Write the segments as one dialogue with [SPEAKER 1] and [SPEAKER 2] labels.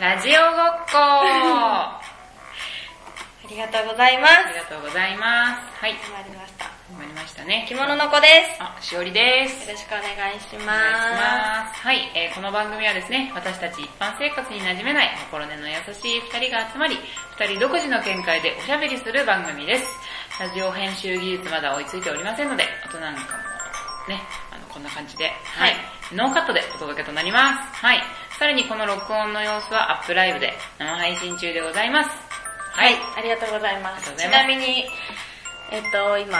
[SPEAKER 1] ラジオごっこあ
[SPEAKER 2] りがとうございます。
[SPEAKER 1] ありがとうございます。はい。
[SPEAKER 2] 始まりました。
[SPEAKER 1] 始まりましたね。
[SPEAKER 2] 着物の子です。
[SPEAKER 1] あ、しおりです。
[SPEAKER 2] よろしくお願いします。お
[SPEAKER 1] 願いします。はい、えー、この番組はですね、私たち一般生活に馴染めない心根の優しい二人が集まり、二人独自の見解でおしゃべりする番組です。ラジオ編集技術まだ追いついておりませんので、大人なんかもね、あの、こんな感じで、、
[SPEAKER 2] はい、はい
[SPEAKER 1] ノーカットでお届けとなります。はい。さらにこの録音の様子はアップライブで生配信中でございます。
[SPEAKER 2] はい、ありがとうございます。
[SPEAKER 1] ますち
[SPEAKER 2] なみに、えっと、今、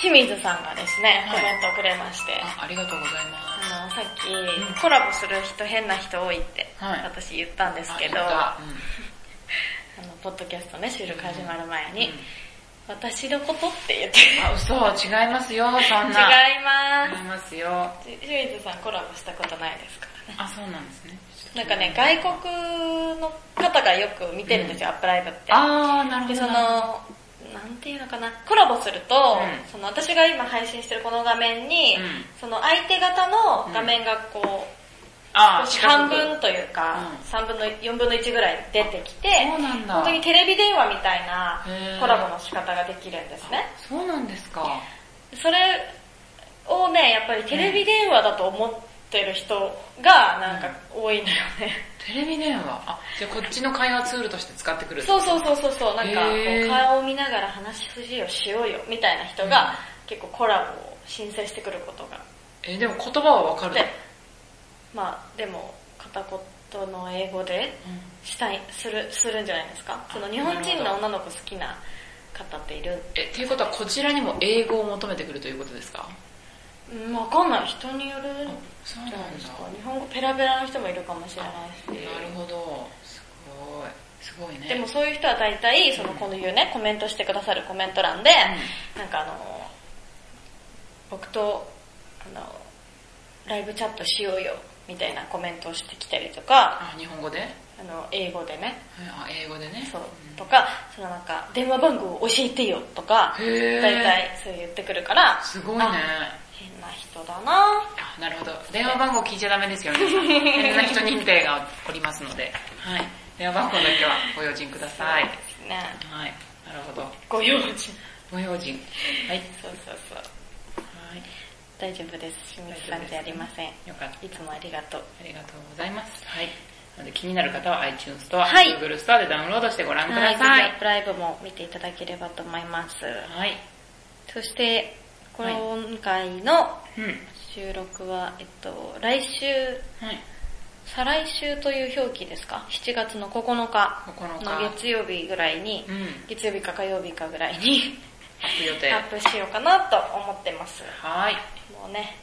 [SPEAKER 2] 清水さんがですね、コメントをくれまして、はい。
[SPEAKER 1] あ。ありがとうございます
[SPEAKER 2] あの、さっき、うん、コラボする人変な人多いって、私言ったんですけど、はい、あ、うん、の、ポッドキャストね、収録始まる前に、うん、私のことって言って。
[SPEAKER 1] あ、嘘、違いますよ、そん
[SPEAKER 2] な。違います。
[SPEAKER 1] 違いますよ。
[SPEAKER 2] 清水さんコラボしたことないですからね。
[SPEAKER 1] あ、そうなんですね。
[SPEAKER 2] なんかね、外国の方がよく見てるんですよ、アップライブって。
[SPEAKER 1] ああ、なるほど。
[SPEAKER 2] で、その、なんていうのかな、コラボすると、うん、その私が今配信してるこの画面に、うん、その相手方の画面がこう、うん、少し半分というか、3分の、4分の1ぐらい出てきて、本当にテレビ電話みたいなコラボの仕方ができるんですね。
[SPEAKER 1] そうなんですか。
[SPEAKER 2] それをね、やっぱりテレビ電話だと思って、てる人がなんか多いのよね、
[SPEAKER 1] うん。テレビ電話あ、じゃあこっちの会話ツールとして使ってくる
[SPEAKER 2] そうそうそうそうそう、なんかこう顔を見ながら話し筋をしようよみたいな人が結構コラボを申請してくることが。
[SPEAKER 1] えー、でも言葉はわかる
[SPEAKER 2] まあでも片言の英語でしたい、する、するんじゃないですか。その日本人の女の子好きな方っている
[SPEAKER 1] え、っていうことはこちらにも英語を求めてくるということですか
[SPEAKER 2] わかんない。人によるそうなんですか。日本語ペラペラの人もいるかもしれない
[SPEAKER 1] し。なるほど。すごい。すごいね。
[SPEAKER 2] でもそういう人は大体、その、この言うね、コメントしてくださるコメント欄で、うん、なんかあの、僕と、あの、ライブチャットしようよ、みたいなコメントをしてきたりとか。
[SPEAKER 1] あ、日本語で
[SPEAKER 2] あの、英語でね。
[SPEAKER 1] あ、英語でね。
[SPEAKER 2] そう。とか、そのなんか、電話番号を教えてよ、とか、大体そう言ってくるから。
[SPEAKER 1] すごいね。
[SPEAKER 2] 変な人だな
[SPEAKER 1] あなるほど。電話番号聞いちゃダメですよね。変な人認定がおりますので。はい。電話番号だけはご用心ください。
[SPEAKER 2] ですね。
[SPEAKER 1] はい。なるほど。
[SPEAKER 2] ご用心。
[SPEAKER 1] ご用心。はい。
[SPEAKER 2] そうそうそう。はい。大丈夫です。清水さんじゃありません。
[SPEAKER 1] よかった。
[SPEAKER 2] いつもありがとう。
[SPEAKER 1] ありがとうございます。はい。なので気になる方は iTunes ストア、はい、Google ストアでダウンロードしてご覧ください。はい、
[SPEAKER 2] アップライブも見ていただければと思います。
[SPEAKER 1] はい。
[SPEAKER 2] そして、今回の収録は、えっと、来週、
[SPEAKER 1] はい、
[SPEAKER 2] 再来週という表記ですか ?7 月の9日の月曜日ぐらいに、
[SPEAKER 1] うん、
[SPEAKER 2] 月曜日か火曜日かぐらいに
[SPEAKER 1] アップ予定
[SPEAKER 2] アップしようかなと思ってます。
[SPEAKER 1] はい。
[SPEAKER 2] もうね、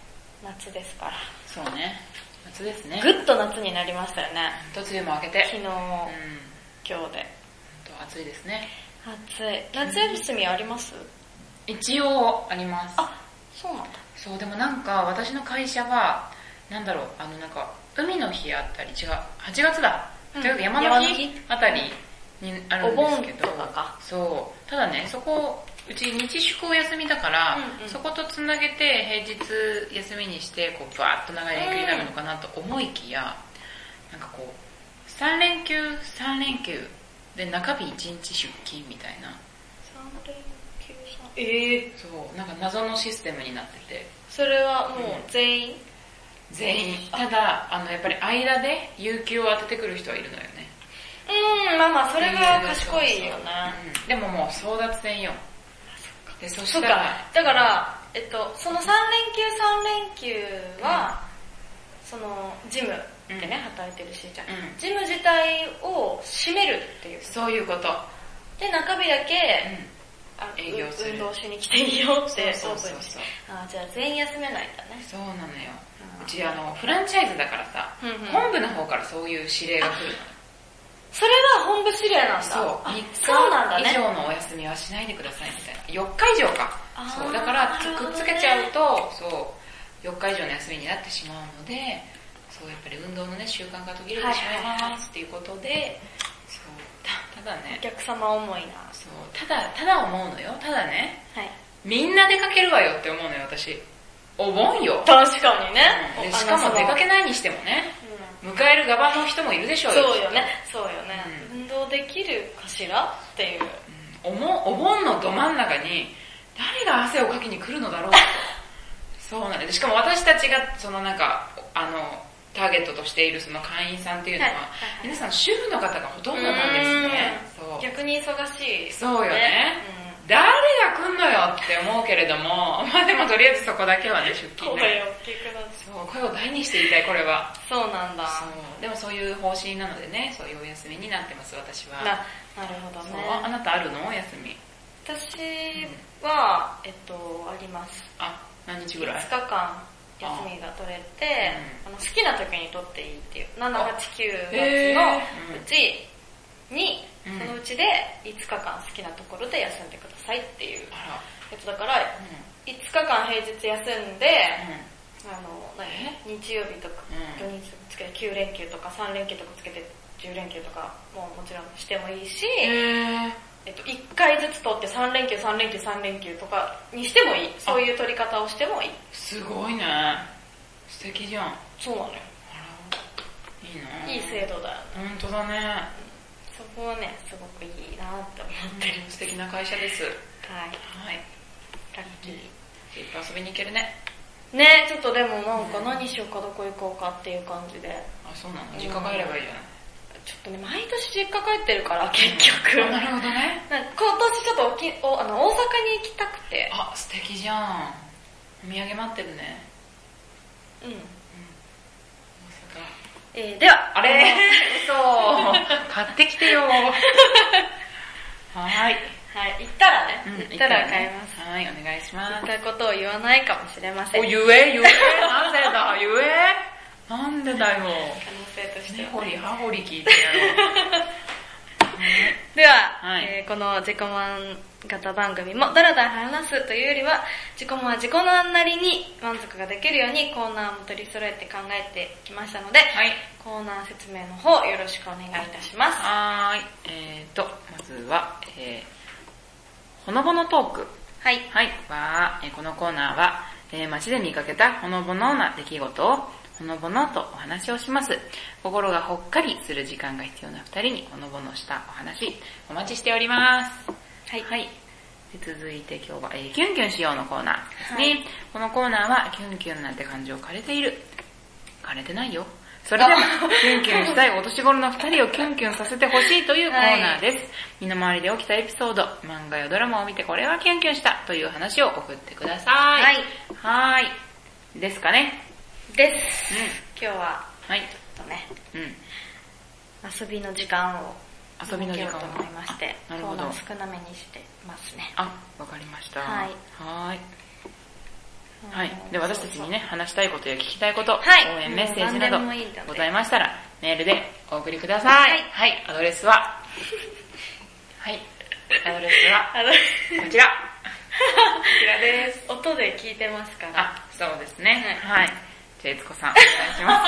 [SPEAKER 2] 夏ですから。
[SPEAKER 1] そうね。夏ですね。
[SPEAKER 2] ぐっと夏になりましたよね。
[SPEAKER 1] と梅雨も明けて。
[SPEAKER 2] 昨日、うん、今日で。
[SPEAKER 1] 暑いですね。
[SPEAKER 2] 暑い。夏休みあります、
[SPEAKER 1] 一応あります。
[SPEAKER 2] あ、そうなんだ。
[SPEAKER 1] そう、でもなんか私の会社は、なんだろう、あのなんか、海の日あったり、違う、8月だ。というか山の日あたりにあるんですけど、そう。ただね、そこ、うち日宿お休みだから、うんうん、そことつなげて平日休みにして、こう、バーッと長い連休になるのかなと思いきや、うん、なんかこう、3連休、3連休で中日1日出勤みたいな。
[SPEAKER 2] ええー、
[SPEAKER 1] そう、なんか謎のシステムになってて。
[SPEAKER 2] それはもう全員、うん、
[SPEAKER 1] 全員。ただ、あの、やっぱり間で有給を当ててくる人はいるのよね。
[SPEAKER 2] うん、まあまあ、それが賢いよね。
[SPEAKER 1] うん、でももう争奪戦よ。
[SPEAKER 2] で、そしたら。だから、えっと、その3連休3連休は、うん、その、ジムでね、働いてるしじゃん。ジム自体を閉めるっていう。
[SPEAKER 1] そういうこと。
[SPEAKER 2] で、中日だけ、営業する運動しに来ていいよってそうそうそうあじゃあ全員休めないんだね
[SPEAKER 1] そうなのようちあのフランチャイズだからさ、本部の方からそういう指令が来るの
[SPEAKER 2] それが本部指令なんだそう
[SPEAKER 1] 3日以上のお休みはしないでくださいみたいな4日以上かそうだからくっつけちゃうとそう4日以上の休みになってしまうのでそうやっぱり運動のね習慣が途切れてしまいますっていうことで、ただね。
[SPEAKER 2] お客様思いな。
[SPEAKER 1] そう。ただ、ただ思うのよ。ただね。
[SPEAKER 2] はい。
[SPEAKER 1] みんな出かけるわよって思うのよ、私。お盆よ。
[SPEAKER 2] 確かにね。
[SPEAKER 1] うん、しかも出かけないにしてもね。
[SPEAKER 2] うん、
[SPEAKER 1] 迎える側の人もいるでしょう
[SPEAKER 2] よそうよねそうよね、うん、運動できるかしらっていう、
[SPEAKER 1] うん、お盆のど真ん中に誰が汗をかきに来るのだろうそうなんですしかも私たちがそのなんかあのターゲットとしているその会員さんっていうのは、はいはいはい、皆さん主婦の方がほとんどなんですね
[SPEAKER 2] 逆に忙しい、ね、
[SPEAKER 1] そうよね、うん、誰が来んのよって思うけれども まあでもとりあえずそこだけはね出勤
[SPEAKER 2] ね
[SPEAKER 1] そう声を大にして言いたいこれは
[SPEAKER 2] そうなんだ
[SPEAKER 1] でもそういう方針なのでねそういうお休みになってます私は
[SPEAKER 2] なるほどね
[SPEAKER 1] あなたあるのお休み
[SPEAKER 2] 私は、うん、えっとあります
[SPEAKER 1] あ何日ぐらい
[SPEAKER 2] ?5 日間休みが取れて、あ、うん、の好きな時に取っていいっていう、7、8、9月のうちに、えーうん、そのうちで5日間好きなところで休んでくださいっていうやつだから、うん、5日間平日休んで、あの、何日曜日とか、土日つけて9連休とか3連休とかつけて10連休とかももちろんしてもいいし、えーえっと、1回ずつ取って3連休、3連休、3連休とかにしてもいい。そういう取り方をしてもいい。
[SPEAKER 1] すごいね。素敵じゃん。
[SPEAKER 2] そうなのよ。
[SPEAKER 1] あら、
[SPEAKER 2] な。
[SPEAKER 1] いい
[SPEAKER 2] いい制度だよ
[SPEAKER 1] ね。本当だね。
[SPEAKER 2] そこはね、すごくいいなって思ってる。。
[SPEAKER 1] 素敵な会社です。はい
[SPEAKER 2] はい。ラッキー。
[SPEAKER 1] いっぱい遊びに行けるね。
[SPEAKER 2] ねちょっとでもなんか何しようか、どこ行こうかっていう感じで。
[SPEAKER 1] あ、そうなの実家帰ればいいじゃない。
[SPEAKER 2] ちょっとね、毎年実家帰ってるから、結局。
[SPEAKER 1] なるほどね。
[SPEAKER 2] 今年ちょっとおきおあの大阪に行きたくて。
[SPEAKER 1] あ、素敵じゃん。お土産待ってるね。
[SPEAKER 2] うん。うん、
[SPEAKER 1] 大阪。
[SPEAKER 2] えー、では、
[SPEAKER 1] あれ嘘買ってきてよはい。
[SPEAKER 2] はい、行ったらね。うん、行ったら買います。
[SPEAKER 1] ね、はい、お願いします。
[SPEAKER 2] 言ったことを言わないかもしれません。
[SPEAKER 1] お、言え、言え、なぜだ、言え。なんでだ
[SPEAKER 2] 可
[SPEAKER 1] よ。
[SPEAKER 2] 能性として
[SPEAKER 1] は、ね。ほりはほり聞いてやろう。
[SPEAKER 2] では、はい、えー、この自己満型番組もだらだら話すというよりは、自己満は自己満なりに満足ができるようにコーナーも取り揃えて考えてきましたので、
[SPEAKER 1] はい、
[SPEAKER 2] コーナー説明の方よろしくお願いいたします。
[SPEAKER 1] はい。えーと、まずは、えー、ほのぼのトーク。
[SPEAKER 2] はい。
[SPEAKER 1] はい。は、えー、このコーナーは、えー、街で見かけたほのぼのな出来事をほのぼのとお話をします。心がほっかりする時間が必要な二人にほのぼのしたお話、お待ちしております。
[SPEAKER 2] はい。
[SPEAKER 1] はい。で続いて今日は、えー、キュンキュンしようのコーナーですね、はい。このコーナーは、キュンキュンなんて感情を枯れている。枯れてないよ。それでも、キュンキュンしたいお年頃の二人をキュンキュンさせてほしいというコーナーです、はい。身の回りで起きたエピソード、漫画やドラマを見てこれはキュンキュンしたという話を送ってください。
[SPEAKER 2] はい。
[SPEAKER 1] はい。ですかね。
[SPEAKER 2] です、うん。今日は、
[SPEAKER 1] はい、
[SPEAKER 2] ちょっとね、
[SPEAKER 1] うん、
[SPEAKER 2] 遊びの時間を
[SPEAKER 1] 遊びの時間
[SPEAKER 2] をと思いまして、コーナー少なめにしてますね。
[SPEAKER 1] あ、わかりました。
[SPEAKER 2] はい。
[SPEAKER 1] はい。はい。で、私たちにね、話したいことや聞きたいこと、
[SPEAKER 2] はい、
[SPEAKER 1] 応援メッセージなどございましたら、メールでお送りください。
[SPEAKER 2] はい。
[SPEAKER 1] はい、アドレス は、はい、アドレスは、こちら。こちらです。
[SPEAKER 2] 音で聞いてますから。
[SPEAKER 1] あ、そうですね。はい、はいじゃあ、いつこさん、お願いします 。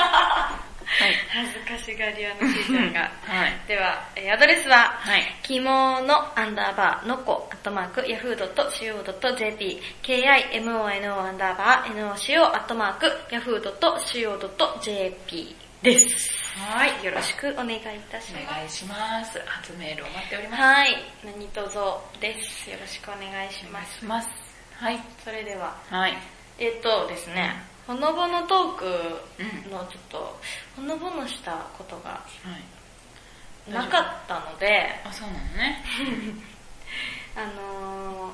[SPEAKER 1] はい、
[SPEAKER 2] 恥ずかしがり屋のしーちゃんが。
[SPEAKER 1] はい、
[SPEAKER 2] では、えー、アドレスは、
[SPEAKER 1] はい、
[SPEAKER 2] きものアンダーバーのこ、アットマーク、yahoo.co.jp、kimono アンダーバー、noco、アットマーク、yahoo.co.jp です。
[SPEAKER 1] はい。。
[SPEAKER 2] よろしくお願いいたします
[SPEAKER 1] お願いします。初メールを待っております。
[SPEAKER 2] はい。何とぞです。よろしくお願いします。
[SPEAKER 1] ますはい。
[SPEAKER 2] それでは。
[SPEAKER 1] はい。
[SPEAKER 2] えっ、ー、とですね。ほのぼのトークのちょっと、ほのぼのしたことがなかったので、はい、
[SPEAKER 1] あ、そうなのね。
[SPEAKER 2] あのー、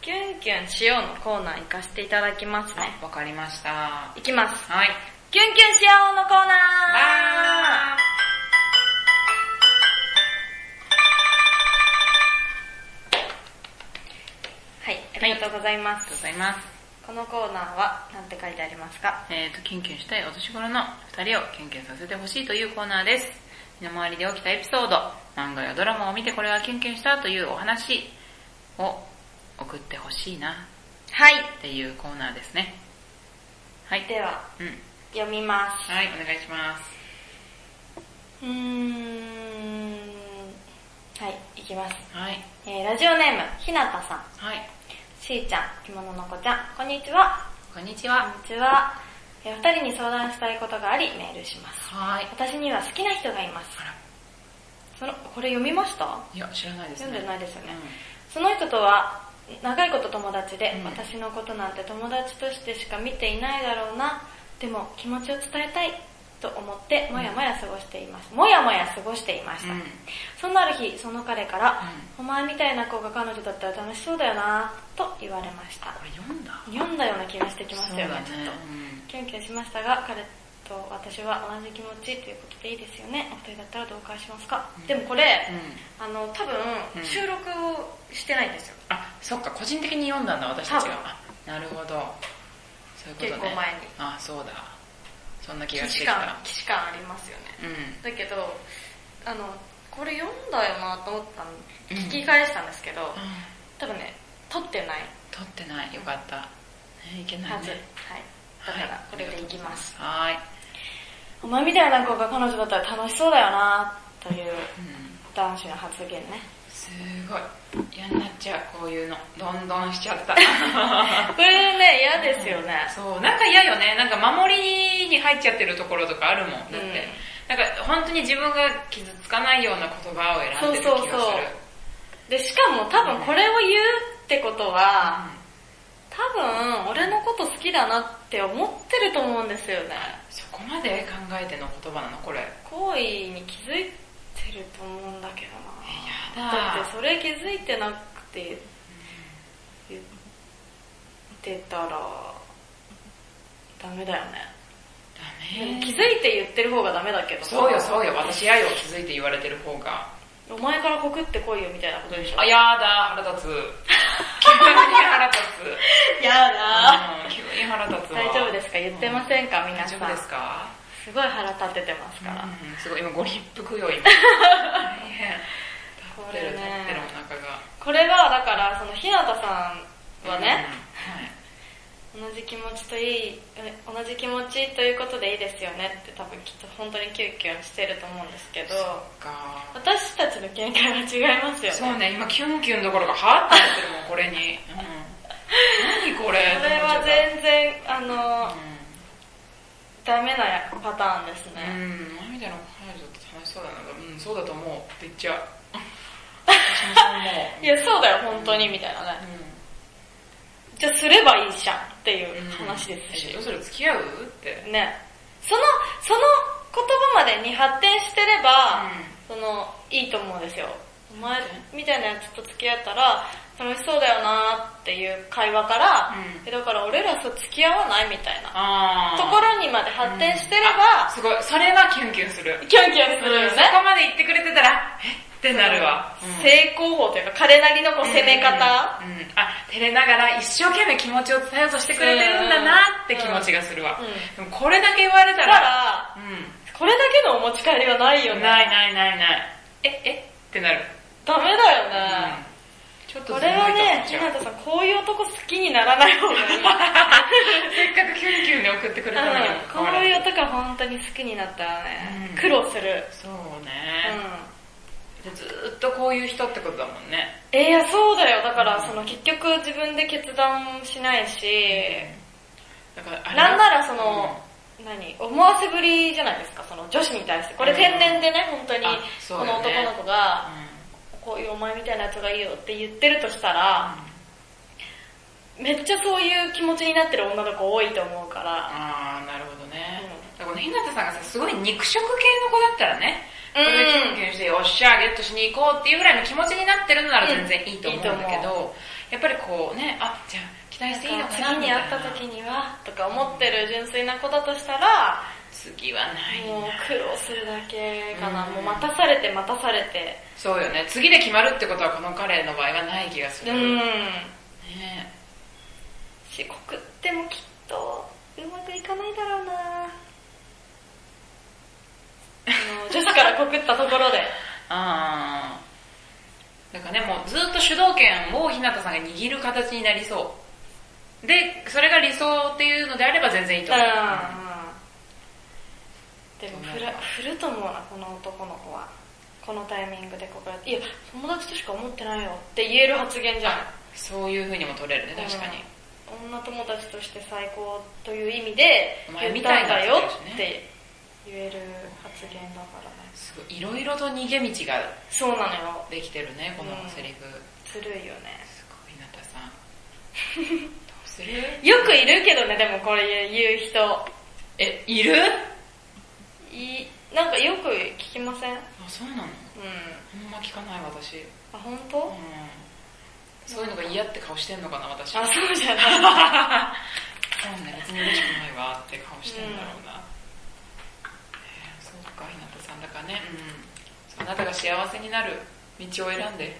[SPEAKER 2] キュンキュンしようのコーナー行かせていただきますね。
[SPEAKER 1] わかりました。
[SPEAKER 2] いきます。
[SPEAKER 1] はい。
[SPEAKER 2] キュンキュンしようのコーナー
[SPEAKER 1] あ
[SPEAKER 2] はい、ありがとうございます。
[SPEAKER 1] ありがとうございます。
[SPEAKER 2] このコーナーは何て書いてありますか
[SPEAKER 1] えっ、ー、と、キュンキュンしたいお年頃の2人をキュンキュンさせてほしいというコーナーです。身の回りで起きたエピソード、漫画やドラマを見てこれはキュンキュンしたというお話を送ってほしいな。
[SPEAKER 2] はい。
[SPEAKER 1] っていうコーナーですね。はい。
[SPEAKER 2] では、
[SPEAKER 1] うん、
[SPEAKER 2] 読みます。
[SPEAKER 1] はい、お願いします。
[SPEAKER 2] うーん。はい、いきます。
[SPEAKER 1] はい。
[SPEAKER 2] えー、ラジオネーム、ひなたさん。
[SPEAKER 1] はい。
[SPEAKER 2] しーちゃん、着物の子ちゃん、こんにちは。
[SPEAKER 1] こんにちは。
[SPEAKER 2] こんにちは。 2人に相談したいことがありメールします。
[SPEAKER 1] はい。
[SPEAKER 2] 私には好きな人がいます。その、これ読みました
[SPEAKER 1] いや、知らないですね。
[SPEAKER 2] 読んでないですよね。うん、その人とは、長いこと友達で、うん、私のことなんて友達としてしか見ていないだろうな、でも気持ちを伝えたいと思って、もやもや過ごしていました。もやもや過ごしていました。うん、そんなある日、その彼から、お前みたいな子が彼女だったら楽しそうだよな、と言われました。
[SPEAKER 1] これ読んだ
[SPEAKER 2] 読んだような気がしてきましたよね、ねちょっと。キュンキュンしましたが、彼と私は同じ気持ちということでいいですよね。お二人だったらどう返しますか、うん、でもこれ、うん、あの、多分、収録をしてないんですよ。
[SPEAKER 1] あ、そっか、個人的に読んだんだ、私たちが。なるほど。そういうことね。
[SPEAKER 2] 結構前に。
[SPEAKER 1] あ、そうだ。そんな気がしてきた。
[SPEAKER 2] 既視感ありますよね。うん、だけど、あの、これ読んだよなと思ったの、聞き返したんですけど、うん、多分ね、撮ってない。。
[SPEAKER 1] 撮ってない。よかった。えー、いけないね。はず。はい
[SPEAKER 2] だからこれでいきます。
[SPEAKER 1] はい。
[SPEAKER 2] お前みたいな子が彼女だったら楽しそうだよなという男子の発言ね。
[SPEAKER 1] すごい。嫌になっちゃう、こういうの。どんどんしちゃ った。
[SPEAKER 2] これね、嫌ですよね、。
[SPEAKER 1] うん、そう、なんか嫌よね。なんか守りに入っちゃってるところとかあるもん。だって、うん、なんか本当に自分が傷つかないような言葉を選んでる気がする。そうそうそう
[SPEAKER 2] で、しかも多分これを言うってことは、うん多分、俺のこと好きだなって思ってると思うんですよね。
[SPEAKER 1] そこまで考えての言葉なのこれ。
[SPEAKER 2] 好意に気づいてると思うんだけどな。だ。だってそれ気づいてなくて、言ってたら、ダメだよね。
[SPEAKER 1] ダメ。
[SPEAKER 2] 気づいて言ってる方がダメだけど
[SPEAKER 1] そうよそうよ、私やよ、気づいて言われてる方 が。
[SPEAKER 2] お前から告ってこいよみたいなことでしょ。
[SPEAKER 1] あ、やだ、腹 立つ。急に腹立
[SPEAKER 2] つ。やだ、
[SPEAKER 1] うん、急に腹立つ
[SPEAKER 2] 大丈夫ですか言ってませんか、うん、皆さ
[SPEAKER 1] ん。大丈夫ですか
[SPEAKER 2] すごい腹立ててますから。
[SPEAKER 1] うん、すごい、今ご立腹よ、 今。
[SPEAKER 2] これね。これは、だから、その、日向さんはね、同じ気持ちといい、同じ気持ちということでいいですよねって多分きっと本当にキュンキュンしてると思うんですけど、私たちの見解は違いますよね。
[SPEAKER 1] そうね、今キュンキュンどころかはーってなってるもん、これに。うん、何これ
[SPEAKER 2] これは全然、あの、うん、ダメなパターンですね。
[SPEAKER 1] うん、前みたいな彼女って楽しそうだな、うん、そうだと思うって言っち ゃう。
[SPEAKER 2] いや、そうだよ、本当に、みたいなね。うんじゃあすればいいじゃんっていう話ですし。
[SPEAKER 1] どうする付き合うって。
[SPEAKER 2] ね。その、その言葉までに発展してれば、うん、その、いいと思うんですよ。お前みたいなやつと付き合ったら、楽しそうだよなっていう会話から、うん、だから俺らそう付き合わないみたいなところにまで発展してれば、
[SPEAKER 1] うん、すごい、それはキュンキュンする。
[SPEAKER 2] キュンキュンするよね。
[SPEAKER 1] そこまで言ってくれてたら、えってなるわ。
[SPEAKER 2] 成功法というか、彼なりのこう攻め方、
[SPEAKER 1] うんうんうん、あ、照れながら一生懸命気持ちを伝えようとしてくれてるんだなって気持ちがするわ。うんうん、これだけ言われたら、
[SPEAKER 2] うん、これだけのお持ち帰りはないよね。
[SPEAKER 1] ないないないない。え、えってなる。
[SPEAKER 2] ダメだよね。
[SPEAKER 1] ちょっと
[SPEAKER 2] これはね、ひなたさん、こういう男好きにならない方がいい。
[SPEAKER 1] せっかくキュンキュンで送ってくれたのに、
[SPEAKER 2] こういう男本当に好きになったらね、苦労する。
[SPEAKER 1] そうね。うんずっとこういう人ってことだもんね。
[SPEAKER 2] ええー、そうだよ。だから、その結局自分で決断しないし、うん、だからなんならその、うん、何思わせぶりじゃないですか、その女子に対して。これ天然でね、うん、本当に、この男の子が、うね、こういうお前みたいなやつがいいよって言ってるとしたら、めっちゃそういう気持ちになってる女の子多いと思うから。
[SPEAKER 1] ああ、なるほどね。だからこの日向さんがさ、すごい肉食系の子だったらね、これでキュンキュンして、よっしゃ、ゲットしに行こうっていうぐらいの気持ちになってるのなら全然いいと思うんだけど、やっぱりこうね、あ、じゃあ期待していいのかな
[SPEAKER 2] 次に会った時には、とか思ってる純粋な子だとしたら、
[SPEAKER 1] 次はない
[SPEAKER 2] もう苦労するだけかな。もう待たされて待たされて。
[SPEAKER 1] そうよね。次で決まるってことはこの彼の場合はない気がする。
[SPEAKER 2] うん。
[SPEAKER 1] ね
[SPEAKER 2] し、告ってもきっとうまくいかないだろうな女子から告ったところで。
[SPEAKER 1] ああ。だからね、もうずっと主導権を日向さんが握る形になりそう。で、それが理想っていうのであれば全然いいと思う。
[SPEAKER 2] でも振る、振ると思うな、この男の子は。このタイミングで告らいや、友達としか思ってないよって言える発言じゃん。
[SPEAKER 1] そういう風にも取れるね、確かに。
[SPEAKER 2] う女友達として最高という意味で言ったんだよって言える発言だからね
[SPEAKER 1] すごいいろいろと逃げ道が
[SPEAKER 2] そうなのよ
[SPEAKER 1] できてるねこのセリフ、
[SPEAKER 2] ずるいよね
[SPEAKER 1] すごいなたさんどうする
[SPEAKER 2] よくいるけどねでもこれ言う人
[SPEAKER 1] えいる
[SPEAKER 2] いなんかよく聞きませんあ
[SPEAKER 1] そうなのう
[SPEAKER 2] あ
[SPEAKER 1] んんま聞かない私
[SPEAKER 2] あ本当？うん
[SPEAKER 1] そういうのが嫌って顔してんのかな私
[SPEAKER 2] あそうじゃ ない
[SPEAKER 1] そうね別に嬉しくないわって顔してんだろうな、うんえー、そうかひなたさんだからねうんあなたが幸せになる道を選んで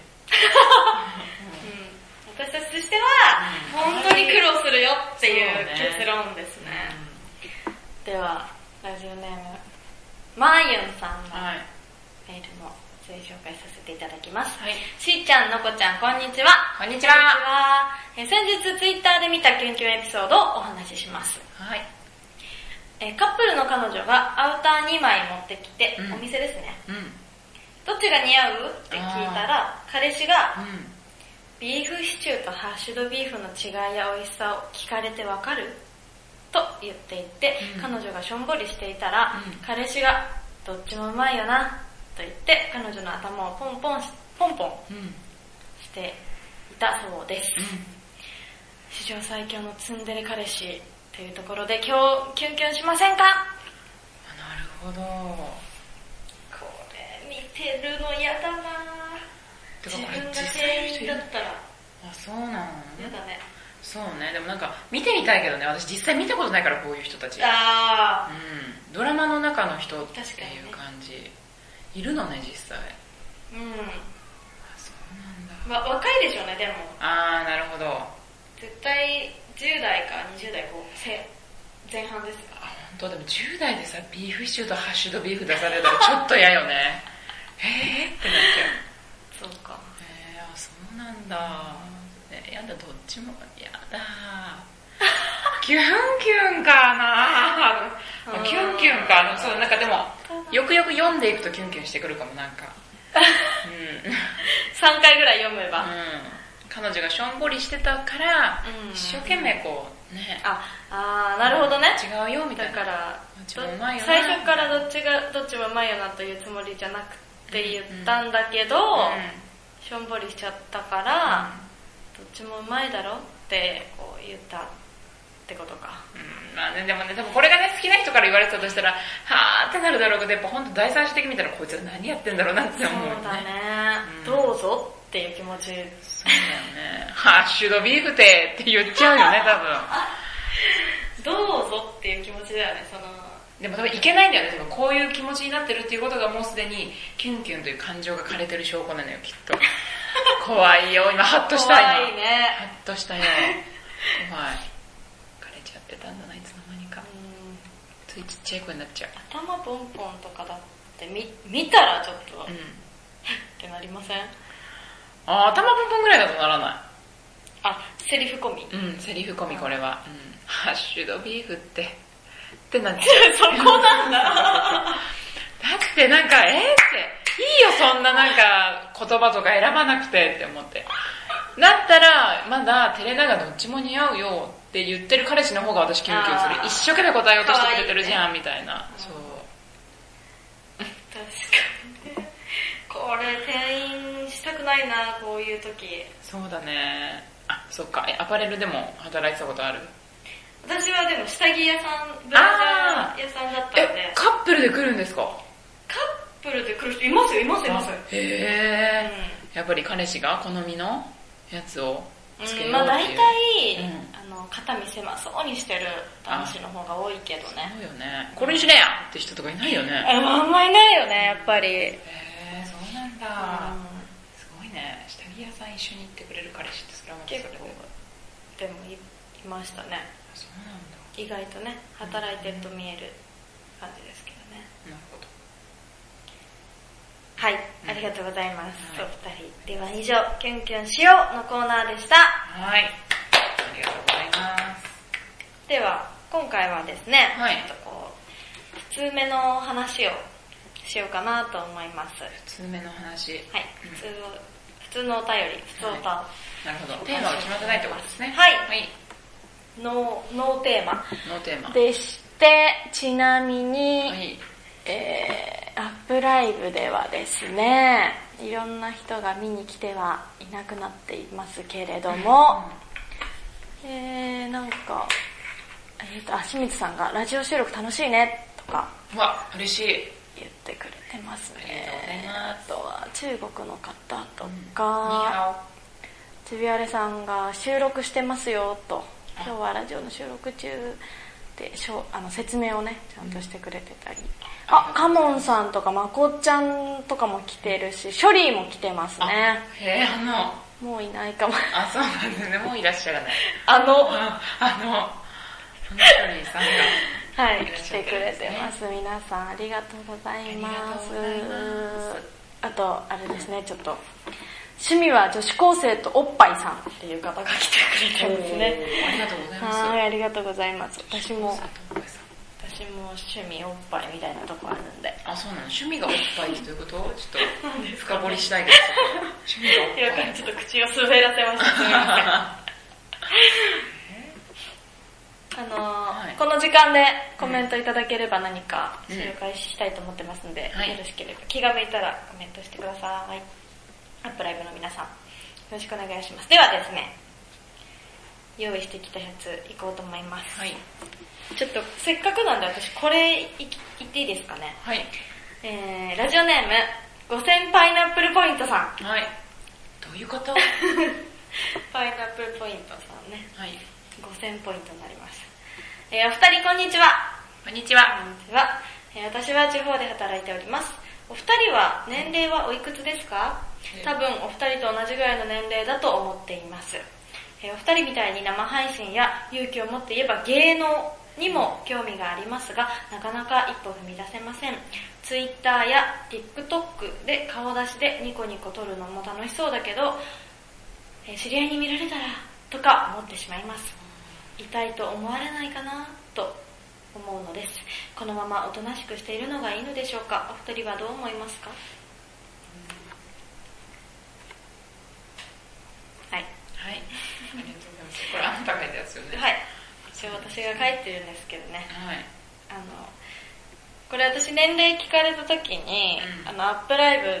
[SPEAKER 2] うん、私たちとしては、うん、本当に苦労するよっていう結論ですね、ねうん、ではラジオネームまーゆんさんのメールもご紹介させていただきます、はい、しーちゃんのこちゃんこんにちは
[SPEAKER 1] こんにちは
[SPEAKER 2] え先日ツイッターで見たキュンキュンエピソードをお話しします、
[SPEAKER 1] はい、
[SPEAKER 2] えカップルの彼女がアウター2枚持ってきて、うん、お店ですね、
[SPEAKER 1] うん、
[SPEAKER 2] どっちが似合うって聞いたら彼氏が、うんビーフシチューとハッシュドビーフの違いや美味しさを聞かれてわかると言っていて、うん、彼女がしょんぼりしていたら、うん、彼氏がどっちもうまいよなと言って彼女の頭をポンポンポンポンしていたそうです、うん、史上最強のツンデレ彼氏というところで今日キュンキュンしませんかな
[SPEAKER 1] るほど
[SPEAKER 2] これ見てるの嫌だな自分が店員だったら。
[SPEAKER 1] あ、そうなの
[SPEAKER 2] やだね。
[SPEAKER 1] そうね、でもなんか見てみたいけどね、私実際見たことないからこういう人たち。
[SPEAKER 2] あ
[SPEAKER 1] あ。うん。ドラマの中の人っていう感じ。ね、いるのね、実際。
[SPEAKER 2] うん。
[SPEAKER 1] あ、そう
[SPEAKER 2] なんだ。ま、若いでしょうね、でも。
[SPEAKER 1] ああ、なるほど。
[SPEAKER 2] 絶対10代か20代こう、前半ですか。
[SPEAKER 1] あ、本当でも10代でさ、ビーフシチューとハッシュドビーフ出されたらちょっと嫌よね。えーってなっちゃう。
[SPEAKER 2] そうか。
[SPEAKER 1] えー、あ、そうなんだ。えー、やだ、どっちも、やだ。キュンキュンかなキュンキュンかなそう、なんかでも、よくよく読んでいくとキュンキュンしてくるかも、なんか。うん、、
[SPEAKER 2] 3回ぐらい読めば。うん
[SPEAKER 1] 彼女がしょんぼりしてたから、うん、一生懸命こう、ね。
[SPEAKER 2] あ、あなるほどね。
[SPEAKER 1] 違うよ、みたいな。
[SPEAKER 2] だから、最初からどっちが、どっちもうまいよなというつもりじゃなくて、って言ったんだけど、うん、しょんぼりしちゃったから、うん、どっちもうまいだろってこう言ったってことか。
[SPEAKER 1] うん、まあね、でもね、多分これがね、好きな人から言われてたとしたら、はーってなるだろうけど、やっぱ本当第三者的見たら、こいつら何やってんだろうなって思う、ね、
[SPEAKER 2] そうだね、どうぞっていう気持ち。そうだよ
[SPEAKER 1] ね。ハッシュドビーフテって言っちゃ うよね、
[SPEAKER 2] 多分。どうぞっていう気持ちだよね、その、
[SPEAKER 1] でも多分いけないんだよね。こういう気持ちになってるっていうことがもうすでに、キュンキュンという感情が枯れてる証拠なのよ、きっと。怖いよ、今、ハッとした
[SPEAKER 2] い。怖いね。
[SPEAKER 1] ハッとしたよ。怖い。枯れちゃってたんだな、いつの間にか。ついちっちゃい子になっちゃう。
[SPEAKER 2] 頭ポンポンとかだって見、見たらちょっと、うん、ってなりません
[SPEAKER 1] あ、頭ポンポンぐらいだとならない。
[SPEAKER 2] あ、セリフ込み。
[SPEAKER 1] うん、セリフ込み、これは。うん。ハッシュドビーフって。ってなっち
[SPEAKER 2] ゃう。そこなんだ。
[SPEAKER 1] だってなんか、えー、って、いいよそんななんか言葉とか選ばなくてって思って。だったら、まだ照れながらどっちも似合うよって言ってる彼氏の方が私キュンキュンする。一生懸命答えようとしてくれてるじゃん、みたいな。そう。
[SPEAKER 2] 確かに。これ店員したくないな、こういう時。
[SPEAKER 1] そうだね。あ、そっか。アパレルでも働いてたことある
[SPEAKER 2] 私はでも下着屋さん、ブラジャー屋さんだったんで。
[SPEAKER 1] カップルで来るんですか
[SPEAKER 2] カップルで来る人いますよ、いますいます。
[SPEAKER 1] へー、うん、やっぱり彼氏が好みのやつを
[SPEAKER 2] つけようっていう。うん、まあ大体、うん、あの、肩見せまそうにしてる男子の方が多いけどね。
[SPEAKER 1] そうよね。これにしねやって人とかいないよね。
[SPEAKER 2] あんまいないよね、やっぱり。へ
[SPEAKER 1] ー、そうなんだ。すごいね。下着屋さん一緒に行ってくれる彼氏ってそれはまたそれで。
[SPEAKER 2] でもい、いましたね。
[SPEAKER 1] そうなんだ
[SPEAKER 2] 意外とね働いてると見える感じですけどね
[SPEAKER 1] なるほど
[SPEAKER 2] はい、うん、ありがとうございます、はい、お二人では以上「キュンキュンしよう」のコーナーでした
[SPEAKER 1] はいありがとうございます
[SPEAKER 2] では今回はですね、
[SPEAKER 1] はい、
[SPEAKER 2] ちょっとこう普通目の話をしようかなと思います
[SPEAKER 1] 普通目の話、
[SPEAKER 2] はい、うん、普通普通のお便り普通歌を、はい
[SPEAKER 1] なるほどテーマを決まってないってことですね
[SPEAKER 2] はい、はいノーノーテーマ
[SPEAKER 1] ノーテーマ
[SPEAKER 3] でしてちなみに、
[SPEAKER 1] はい
[SPEAKER 3] えー、アップライブではですねいろんな人が見に来てはいなくなっていますけれども、えー、なんか、えーとあ清水さんが「ラジオ収録楽しいね」とか
[SPEAKER 1] うわ嬉しい
[SPEAKER 3] 言ってくれてますね
[SPEAKER 1] ありがと
[SPEAKER 3] あとは中国の方と
[SPEAKER 1] ニ
[SPEAKER 3] か、
[SPEAKER 1] ハ
[SPEAKER 3] ちびあれさんが収録してますよと
[SPEAKER 1] あ
[SPEAKER 3] 今日はラジオの収録中でしょあの説明をねちゃんとしてくれてたり、あカモンさんとかまこっちゃんとかも来てるしショリーも来てます
[SPEAKER 1] オ
[SPEAKER 3] ね
[SPEAKER 1] あへえあの
[SPEAKER 3] もういないかも
[SPEAKER 1] あそうなんですねもういらっしゃらない
[SPEAKER 3] あの
[SPEAKER 1] ああのあの一人さんが
[SPEAKER 3] はい
[SPEAKER 1] いらっ
[SPEAKER 3] 来
[SPEAKER 1] しゃ
[SPEAKER 3] て
[SPEAKER 1] って
[SPEAKER 3] く
[SPEAKER 1] るん
[SPEAKER 3] れ
[SPEAKER 1] ですね
[SPEAKER 3] てます皆さんありがとうございます
[SPEAKER 1] ありがとうございます
[SPEAKER 3] あとあれですねちょっと趣味は女子高生とおっぱいさんっていう方が来てくれてますね
[SPEAKER 1] ありがとうございます
[SPEAKER 3] はいありがとうございます私も
[SPEAKER 1] 佐藤さん
[SPEAKER 2] 私も趣味おっぱいみたいなとこあるんで。
[SPEAKER 1] あそうなの趣味がおっぱいってどういうことちょっと深掘りしたいです趣味がおっ
[SPEAKER 2] ひろ
[SPEAKER 1] ぱ
[SPEAKER 2] く
[SPEAKER 1] い
[SPEAKER 2] んちょっと口を滑らせました。すみません。あのー
[SPEAKER 1] はい
[SPEAKER 2] この時間でコメントいただければ何か紹介したいと思ってますので、
[SPEAKER 1] うんはい
[SPEAKER 2] よろしければ気が向いたらコメントしてください。アップライブの皆さん、よろしくお願いします。ではですね、用意してきたやついこうと思います。
[SPEAKER 1] はい
[SPEAKER 2] ちょっとせっかくなんで私これいい言っていいですかね。
[SPEAKER 1] はい
[SPEAKER 2] えー、ラジオネーム、五千パイナップルポイントさん。
[SPEAKER 1] はいどういうことは
[SPEAKER 2] パイナップルポイントさんね、
[SPEAKER 1] い
[SPEAKER 2] 5000ポイントになります。えーお二人こんにちは。
[SPEAKER 1] こんにちは
[SPEAKER 2] こんにちは、えー私は地方で働いております。お二人は年齢はおいくつですか
[SPEAKER 1] うん
[SPEAKER 2] 多分お二人と同じぐらいの年齢だと思っています。えーお二人みたいに生配信や勇気を持って言えば芸能にも興味がありますが、なかなか一歩踏み出せません。Twitter や TikTok で顔出しでニコニコ撮るのも楽しそうだけど、えー知り合いに見られたらとか思ってしまいます痛いと思われないかなと思うのですこのままおとなしくしているのがいいのでしょうかお二人はどう思いますかはい
[SPEAKER 1] はいありがとうございますこれあなたが書いたやつよね
[SPEAKER 2] はい一応私が書いてるんですけどね
[SPEAKER 1] はい
[SPEAKER 2] あのこれ私年齢聞かれた時に、
[SPEAKER 1] うん
[SPEAKER 2] あのアップライブ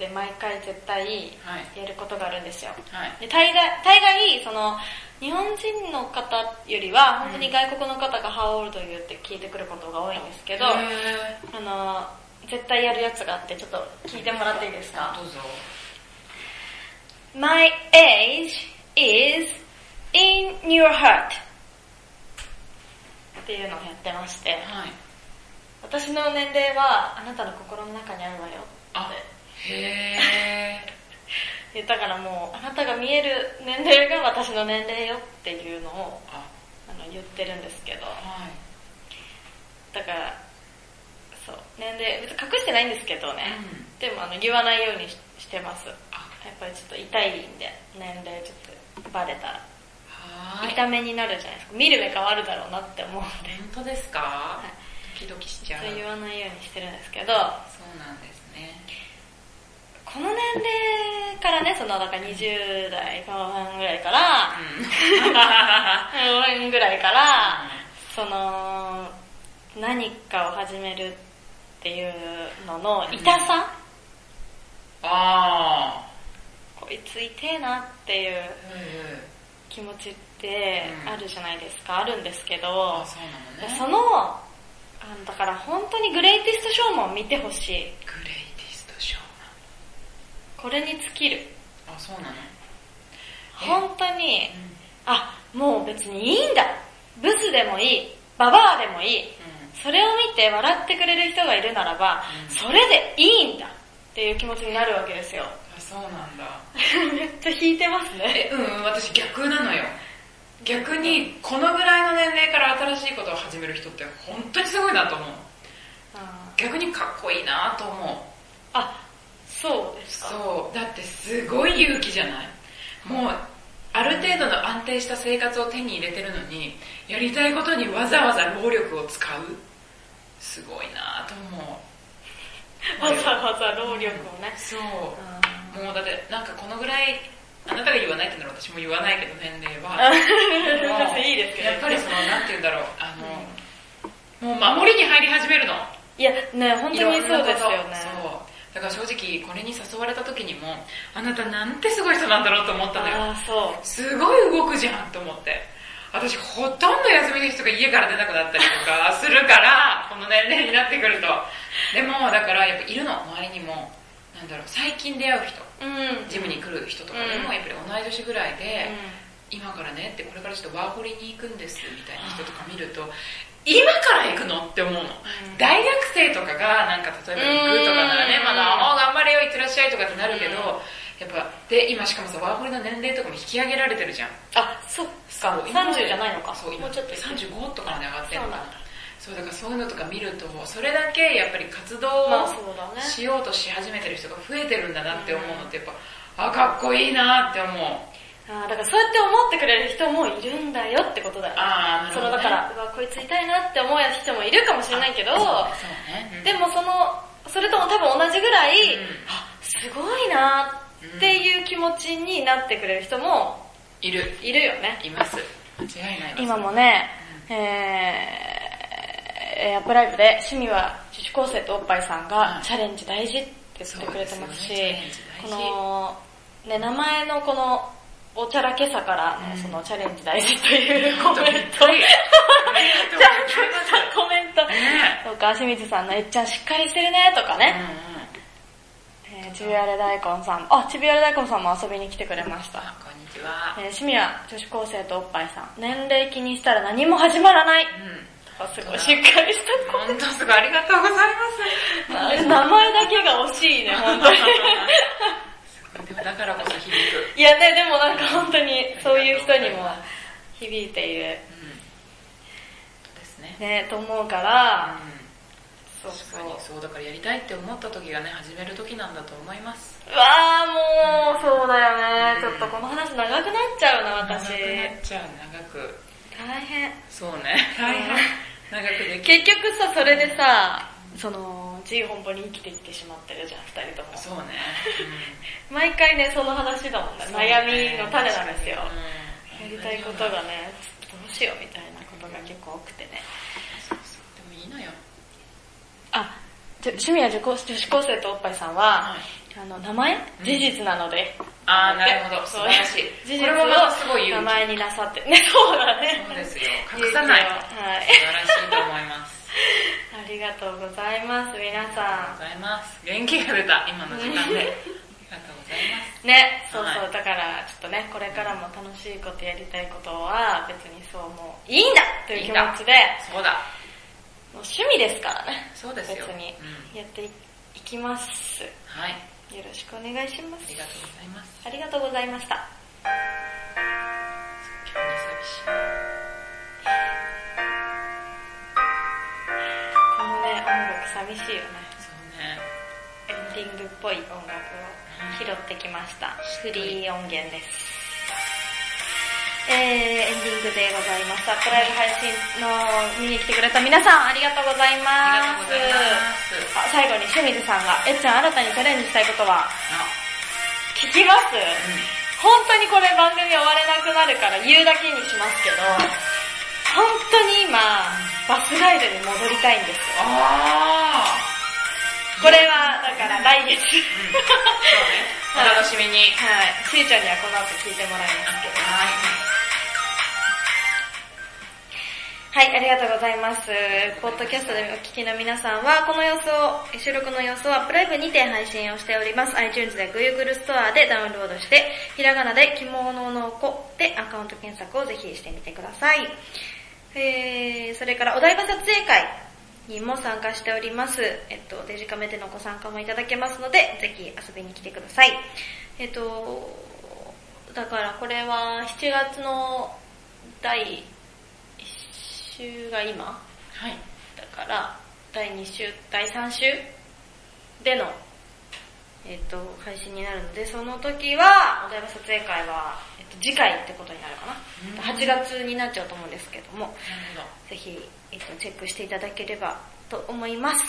[SPEAKER 2] で毎回絶対
[SPEAKER 1] はい
[SPEAKER 2] やることがあるんですよ、
[SPEAKER 1] はい
[SPEAKER 2] で大概、大概、その、日本人の方よりは、本当に外国の方がハオールド言うって聞いてくることが多いんですけど、あ
[SPEAKER 1] へ
[SPEAKER 2] の、絶対やるやつがあって、ちょっと聞いてもらっていいです
[SPEAKER 1] ー
[SPEAKER 2] か
[SPEAKER 1] どうぞ
[SPEAKER 2] ?My age is in your heart っていうのをやってまして、
[SPEAKER 1] はい
[SPEAKER 2] 私の年齢はあなたの心の中にあるわよ
[SPEAKER 1] あ
[SPEAKER 2] って。
[SPEAKER 1] へー
[SPEAKER 2] 言ったからもう、あなたが見える年齢が私の年齢よっていうのを
[SPEAKER 1] あ
[SPEAKER 2] あの言ってるんですけど、
[SPEAKER 1] はい
[SPEAKER 2] だからそう年齢別に隠してないんですけどね、
[SPEAKER 1] うん
[SPEAKER 2] でもあの言わないようにししてますやっ
[SPEAKER 1] あ
[SPEAKER 2] ぱりちょっと痛いんで年齢ちょっとバレたら、
[SPEAKER 1] はーい
[SPEAKER 2] 痛めになるじゃないですか見る目変わるだろうなって思うんで
[SPEAKER 1] 本当ですか、ドキドキしちゃう
[SPEAKER 2] そう言わないようにしてるんですけど
[SPEAKER 1] そうなんですね
[SPEAKER 2] この年齢からねそのだから20代後半ぐらいから、 後半ぐらいから、その何かを始めるっていうのの痛さ、
[SPEAKER 1] あ
[SPEAKER 2] こいつ痛えなっていう
[SPEAKER 1] あうんうん
[SPEAKER 2] 気持ちって
[SPEAKER 1] うん
[SPEAKER 2] あるじゃないですか、あるんですけ
[SPEAKER 1] あ
[SPEAKER 2] ど、
[SPEAKER 1] そうなのね
[SPEAKER 2] その、あのだから本当にグレイティストショーマン見てほしい。
[SPEAKER 1] グレイティストショー
[SPEAKER 2] これに尽きる。
[SPEAKER 1] マンあそうなの、え
[SPEAKER 2] 本当に、
[SPEAKER 1] うん
[SPEAKER 2] あ、もう別にいいんだ。ブスでもいい。ババアでもいい。それを見て笑ってくれる人がいるならば、
[SPEAKER 1] うん
[SPEAKER 2] それでいいんだっていう気持ちになるわけですよ。
[SPEAKER 1] あそうなんだ
[SPEAKER 2] めっちゃ引いてますね。
[SPEAKER 1] えうんうん私逆なのよ逆にこのぐらいの年齢から新しいことを始める人って本当にすごいなと思う
[SPEAKER 2] あ
[SPEAKER 1] 逆にかっこいいなと思う
[SPEAKER 2] あ、そうですか。
[SPEAKER 1] そうだってすごい勇気じゃないもうある程度の安定した生活を手に入れてるのにやりたいことにわざわざ労力を使うすごいなぁと思う
[SPEAKER 2] わざわざ労力をね。
[SPEAKER 1] そうもうだってなんかこのぐらいあなたが言わないって言うなら私も言わないけど年齢は
[SPEAKER 4] いいですけど
[SPEAKER 1] やっぱりそのなんて言うんだろうあの、もう守りに入り始めるの
[SPEAKER 4] いやね本当にそうですよね
[SPEAKER 1] そうだから正直これに誘われた時にもあなたなんてすごい人なんだろうと思ったのよ
[SPEAKER 4] あそう
[SPEAKER 1] すごい動くじゃんと思って私ほとんど休みの人が家から出なくなったりとかするから この年齢になってくるとでもだからやっぱいるの周りにもなんだろう最近出会う
[SPEAKER 4] う
[SPEAKER 1] 人、
[SPEAKER 4] ん、
[SPEAKER 1] ジムに来る人とかでもやっぱり同い年ぐらいで、今からねってこれからちょっとワーホリに行くんですみたいな人とか見ると今から行くのって思うの、大学生とかがなんか例えば行くとかならね、
[SPEAKER 4] うん
[SPEAKER 1] まだ「お頑張れよいってらっしゃい」とかってなるけど、やっぱで今しかもさワーホリの年齢とかも引き上げられてるじゃん
[SPEAKER 4] あそっか30じゃないのか
[SPEAKER 1] そう今
[SPEAKER 4] もうちょっと
[SPEAKER 1] 35とかまで上がってる
[SPEAKER 4] そ
[SPEAKER 1] の
[SPEAKER 4] う
[SPEAKER 1] か
[SPEAKER 4] なん
[SPEAKER 1] な
[SPEAKER 4] だ
[SPEAKER 1] そうだからそういうのとか見るとそれだけやっぱり活動
[SPEAKER 4] まあ
[SPEAKER 1] を
[SPEAKER 4] そうだね
[SPEAKER 1] しようとし始めてる人が増えてるんだなって思うのってやっぱあかっこいいなって思う
[SPEAKER 4] あーだからそうやって思ってくれる人もいるんだよってことだよね
[SPEAKER 1] ああ
[SPEAKER 4] そのだからうわこいつ痛いなって思う人もいるかもしれないけど
[SPEAKER 1] そうね、うん
[SPEAKER 4] でもそのそれとも多分同じぐらい、
[SPEAKER 1] うん
[SPEAKER 4] あすごいなっていう気持ちになってくれる人も
[SPEAKER 1] いる
[SPEAKER 4] いるよね
[SPEAKER 1] います間違いないです
[SPEAKER 2] 今もね、えー、アップライブで趣味は女子高生とおっぱいさん
[SPEAKER 1] う
[SPEAKER 2] が
[SPEAKER 1] ん
[SPEAKER 2] チャレンジ大事って言ってくれてます
[SPEAKER 1] そ
[SPEAKER 2] し
[SPEAKER 1] うですよねチ
[SPEAKER 2] こ
[SPEAKER 1] ャレンジ大事
[SPEAKER 2] の、ね、名前のこの、おちゃらけさからの、
[SPEAKER 1] うん
[SPEAKER 2] そのチャレンジ大事というコ
[SPEAKER 1] 本当
[SPEAKER 2] メン
[SPEAKER 1] びっ
[SPEAKER 2] ト
[SPEAKER 1] く、り
[SPEAKER 2] ちゃんと した コメント、
[SPEAKER 1] ね
[SPEAKER 2] とか、清水さんのえっちゃんしっかりしてるねとかね、
[SPEAKER 1] うんうん
[SPEAKER 2] えーちびわれ大根さん、あ、ちびわれ大根さんも遊びに来てくれました。
[SPEAKER 1] あこんにちは
[SPEAKER 2] えー趣味は女子高生とおっぱいさん。年齢気にしたら何も始まらない。
[SPEAKER 1] うん
[SPEAKER 2] とかすごいしっかりした
[SPEAKER 1] 本当すごいありがとうござい
[SPEAKER 2] 子。
[SPEAKER 1] ます
[SPEAKER 2] 名前だけが惜しいね、本当に。
[SPEAKER 1] でもだからこそ響く、
[SPEAKER 2] いやね、でもなんか本当にそういう人にも響いている。
[SPEAKER 1] うん、そうですね、
[SPEAKER 2] ね、と思うか
[SPEAKER 1] うん、
[SPEAKER 2] ら、そう
[SPEAKER 1] 確
[SPEAKER 2] そ
[SPEAKER 1] か
[SPEAKER 2] う。
[SPEAKER 1] にそうだからやりたいって思った時がね始める時なんだと思います
[SPEAKER 2] うわーもう、そうだよね。ちょっとこの話長くなっちゃうな、私。
[SPEAKER 1] 長くなっちゃう長く
[SPEAKER 2] 大変。
[SPEAKER 1] そうね大変 長くできる
[SPEAKER 2] 結局さ、それでさ、その、G 本部に生きてきてしまってるじゃん、二人とも。
[SPEAKER 1] そうね、
[SPEAKER 2] 毎回ね、その話だもんね
[SPEAKER 1] う。ん
[SPEAKER 2] 悩みの種なんですよ。や
[SPEAKER 1] うん
[SPEAKER 2] りたいことがね、どうしようみたいなことが結構多くてね。
[SPEAKER 1] そうそうでもいいのよ
[SPEAKER 2] あ、じゃ趣味は女子女子高生とおっぱいさんは、あの、名前
[SPEAKER 1] うん
[SPEAKER 2] 事実なので。
[SPEAKER 1] あーなるほど
[SPEAKER 2] そ
[SPEAKER 1] 素
[SPEAKER 2] う
[SPEAKER 1] 晴らしい
[SPEAKER 2] 事
[SPEAKER 1] これはすごい
[SPEAKER 2] 実を
[SPEAKER 1] 勇
[SPEAKER 2] 名
[SPEAKER 1] 気
[SPEAKER 2] 前になさって。ね、 そうだね。
[SPEAKER 1] そうですよ隠さない
[SPEAKER 2] 勇気をはい
[SPEAKER 1] 素。晴らしいと思います
[SPEAKER 2] ありがとうございます、皆
[SPEAKER 1] ありがとう
[SPEAKER 2] さ
[SPEAKER 1] ございます元気が出た今の時 間でありがとうございます
[SPEAKER 2] ん。ね、そうそう、
[SPEAKER 1] はい
[SPEAKER 2] だから、ちょっとね、これからも楽しいことやりたいことは、別にそうもう、いいんだという気持ちで、
[SPEAKER 1] そうだ
[SPEAKER 2] もう趣味ですからね。
[SPEAKER 1] そうですよ
[SPEAKER 2] 別に
[SPEAKER 1] うん、
[SPEAKER 2] やっていいきます。よ
[SPEAKER 1] はい
[SPEAKER 2] ろしくお願いしま
[SPEAKER 1] あ
[SPEAKER 2] す
[SPEAKER 1] り。がとうございます
[SPEAKER 2] ありがとうございました。
[SPEAKER 1] 急に寂しい
[SPEAKER 2] このね、音楽寂しいよね。
[SPEAKER 1] そうね
[SPEAKER 2] エンディングっぽい音楽を拾ってきました。フリー音源です。えー、エンディングでございます。アップライブ配信の見に来てくれた皆さん、ありがとうござい
[SPEAKER 1] あ
[SPEAKER 2] ま
[SPEAKER 1] りがとうご
[SPEAKER 2] す。
[SPEAKER 1] ざ
[SPEAKER 2] あ最
[SPEAKER 1] います
[SPEAKER 2] 後に清水さんが、えっちゃん新たにチャレンジしたいことは、
[SPEAKER 1] あ
[SPEAKER 2] 聞きます、
[SPEAKER 1] うん
[SPEAKER 2] 本当にこれ番組終われなくなるから言うだけにしますけど、本当に今、バスガイドに戻りたいんですよ。
[SPEAKER 1] あ
[SPEAKER 2] これは、だから来月。
[SPEAKER 1] ーうん そうねお楽しみに
[SPEAKER 2] はい。しーちゃんにはこの後聞いてもらいますけど。
[SPEAKER 1] は
[SPEAKER 2] はい、ありがとうございます。ポッドキャストでお聞きの皆さんは、この様子を、収録の様子をアップライブにて配信をしております。iTunes で Google ストアでダウンロードして、ひらがなで着物の子でアカウント検索をぜひしてみてください。えー、それからお台場撮影会にも参加しております。えっと、デジカメでのご参加もいただけますので、ぜひ遊びに来てください。えっと、だからこれは7月の第1週が今
[SPEAKER 1] いはい
[SPEAKER 2] だから第2週第3週での、えっと配信になるのでその時はお台場撮影会は、えっと次回ってことになるかな、
[SPEAKER 1] うん
[SPEAKER 2] 8月になっちゃうと思うんですけども
[SPEAKER 1] なるほど
[SPEAKER 2] ぜひ、えっとチェックしていただければと思います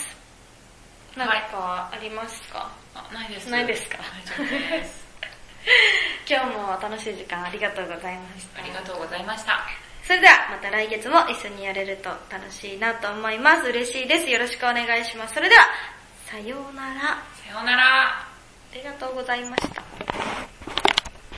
[SPEAKER 2] 何かありますか、
[SPEAKER 1] あないです
[SPEAKER 2] ないですか
[SPEAKER 1] 大丈夫です
[SPEAKER 2] 今日も楽しい時間ありがとうございました
[SPEAKER 1] ありがとうございました
[SPEAKER 2] それではまた来月も一緒にやれると楽しいなと思います嬉しいですよろしくお願いしますそれではさようなら
[SPEAKER 1] さようなら
[SPEAKER 2] ありがとうございました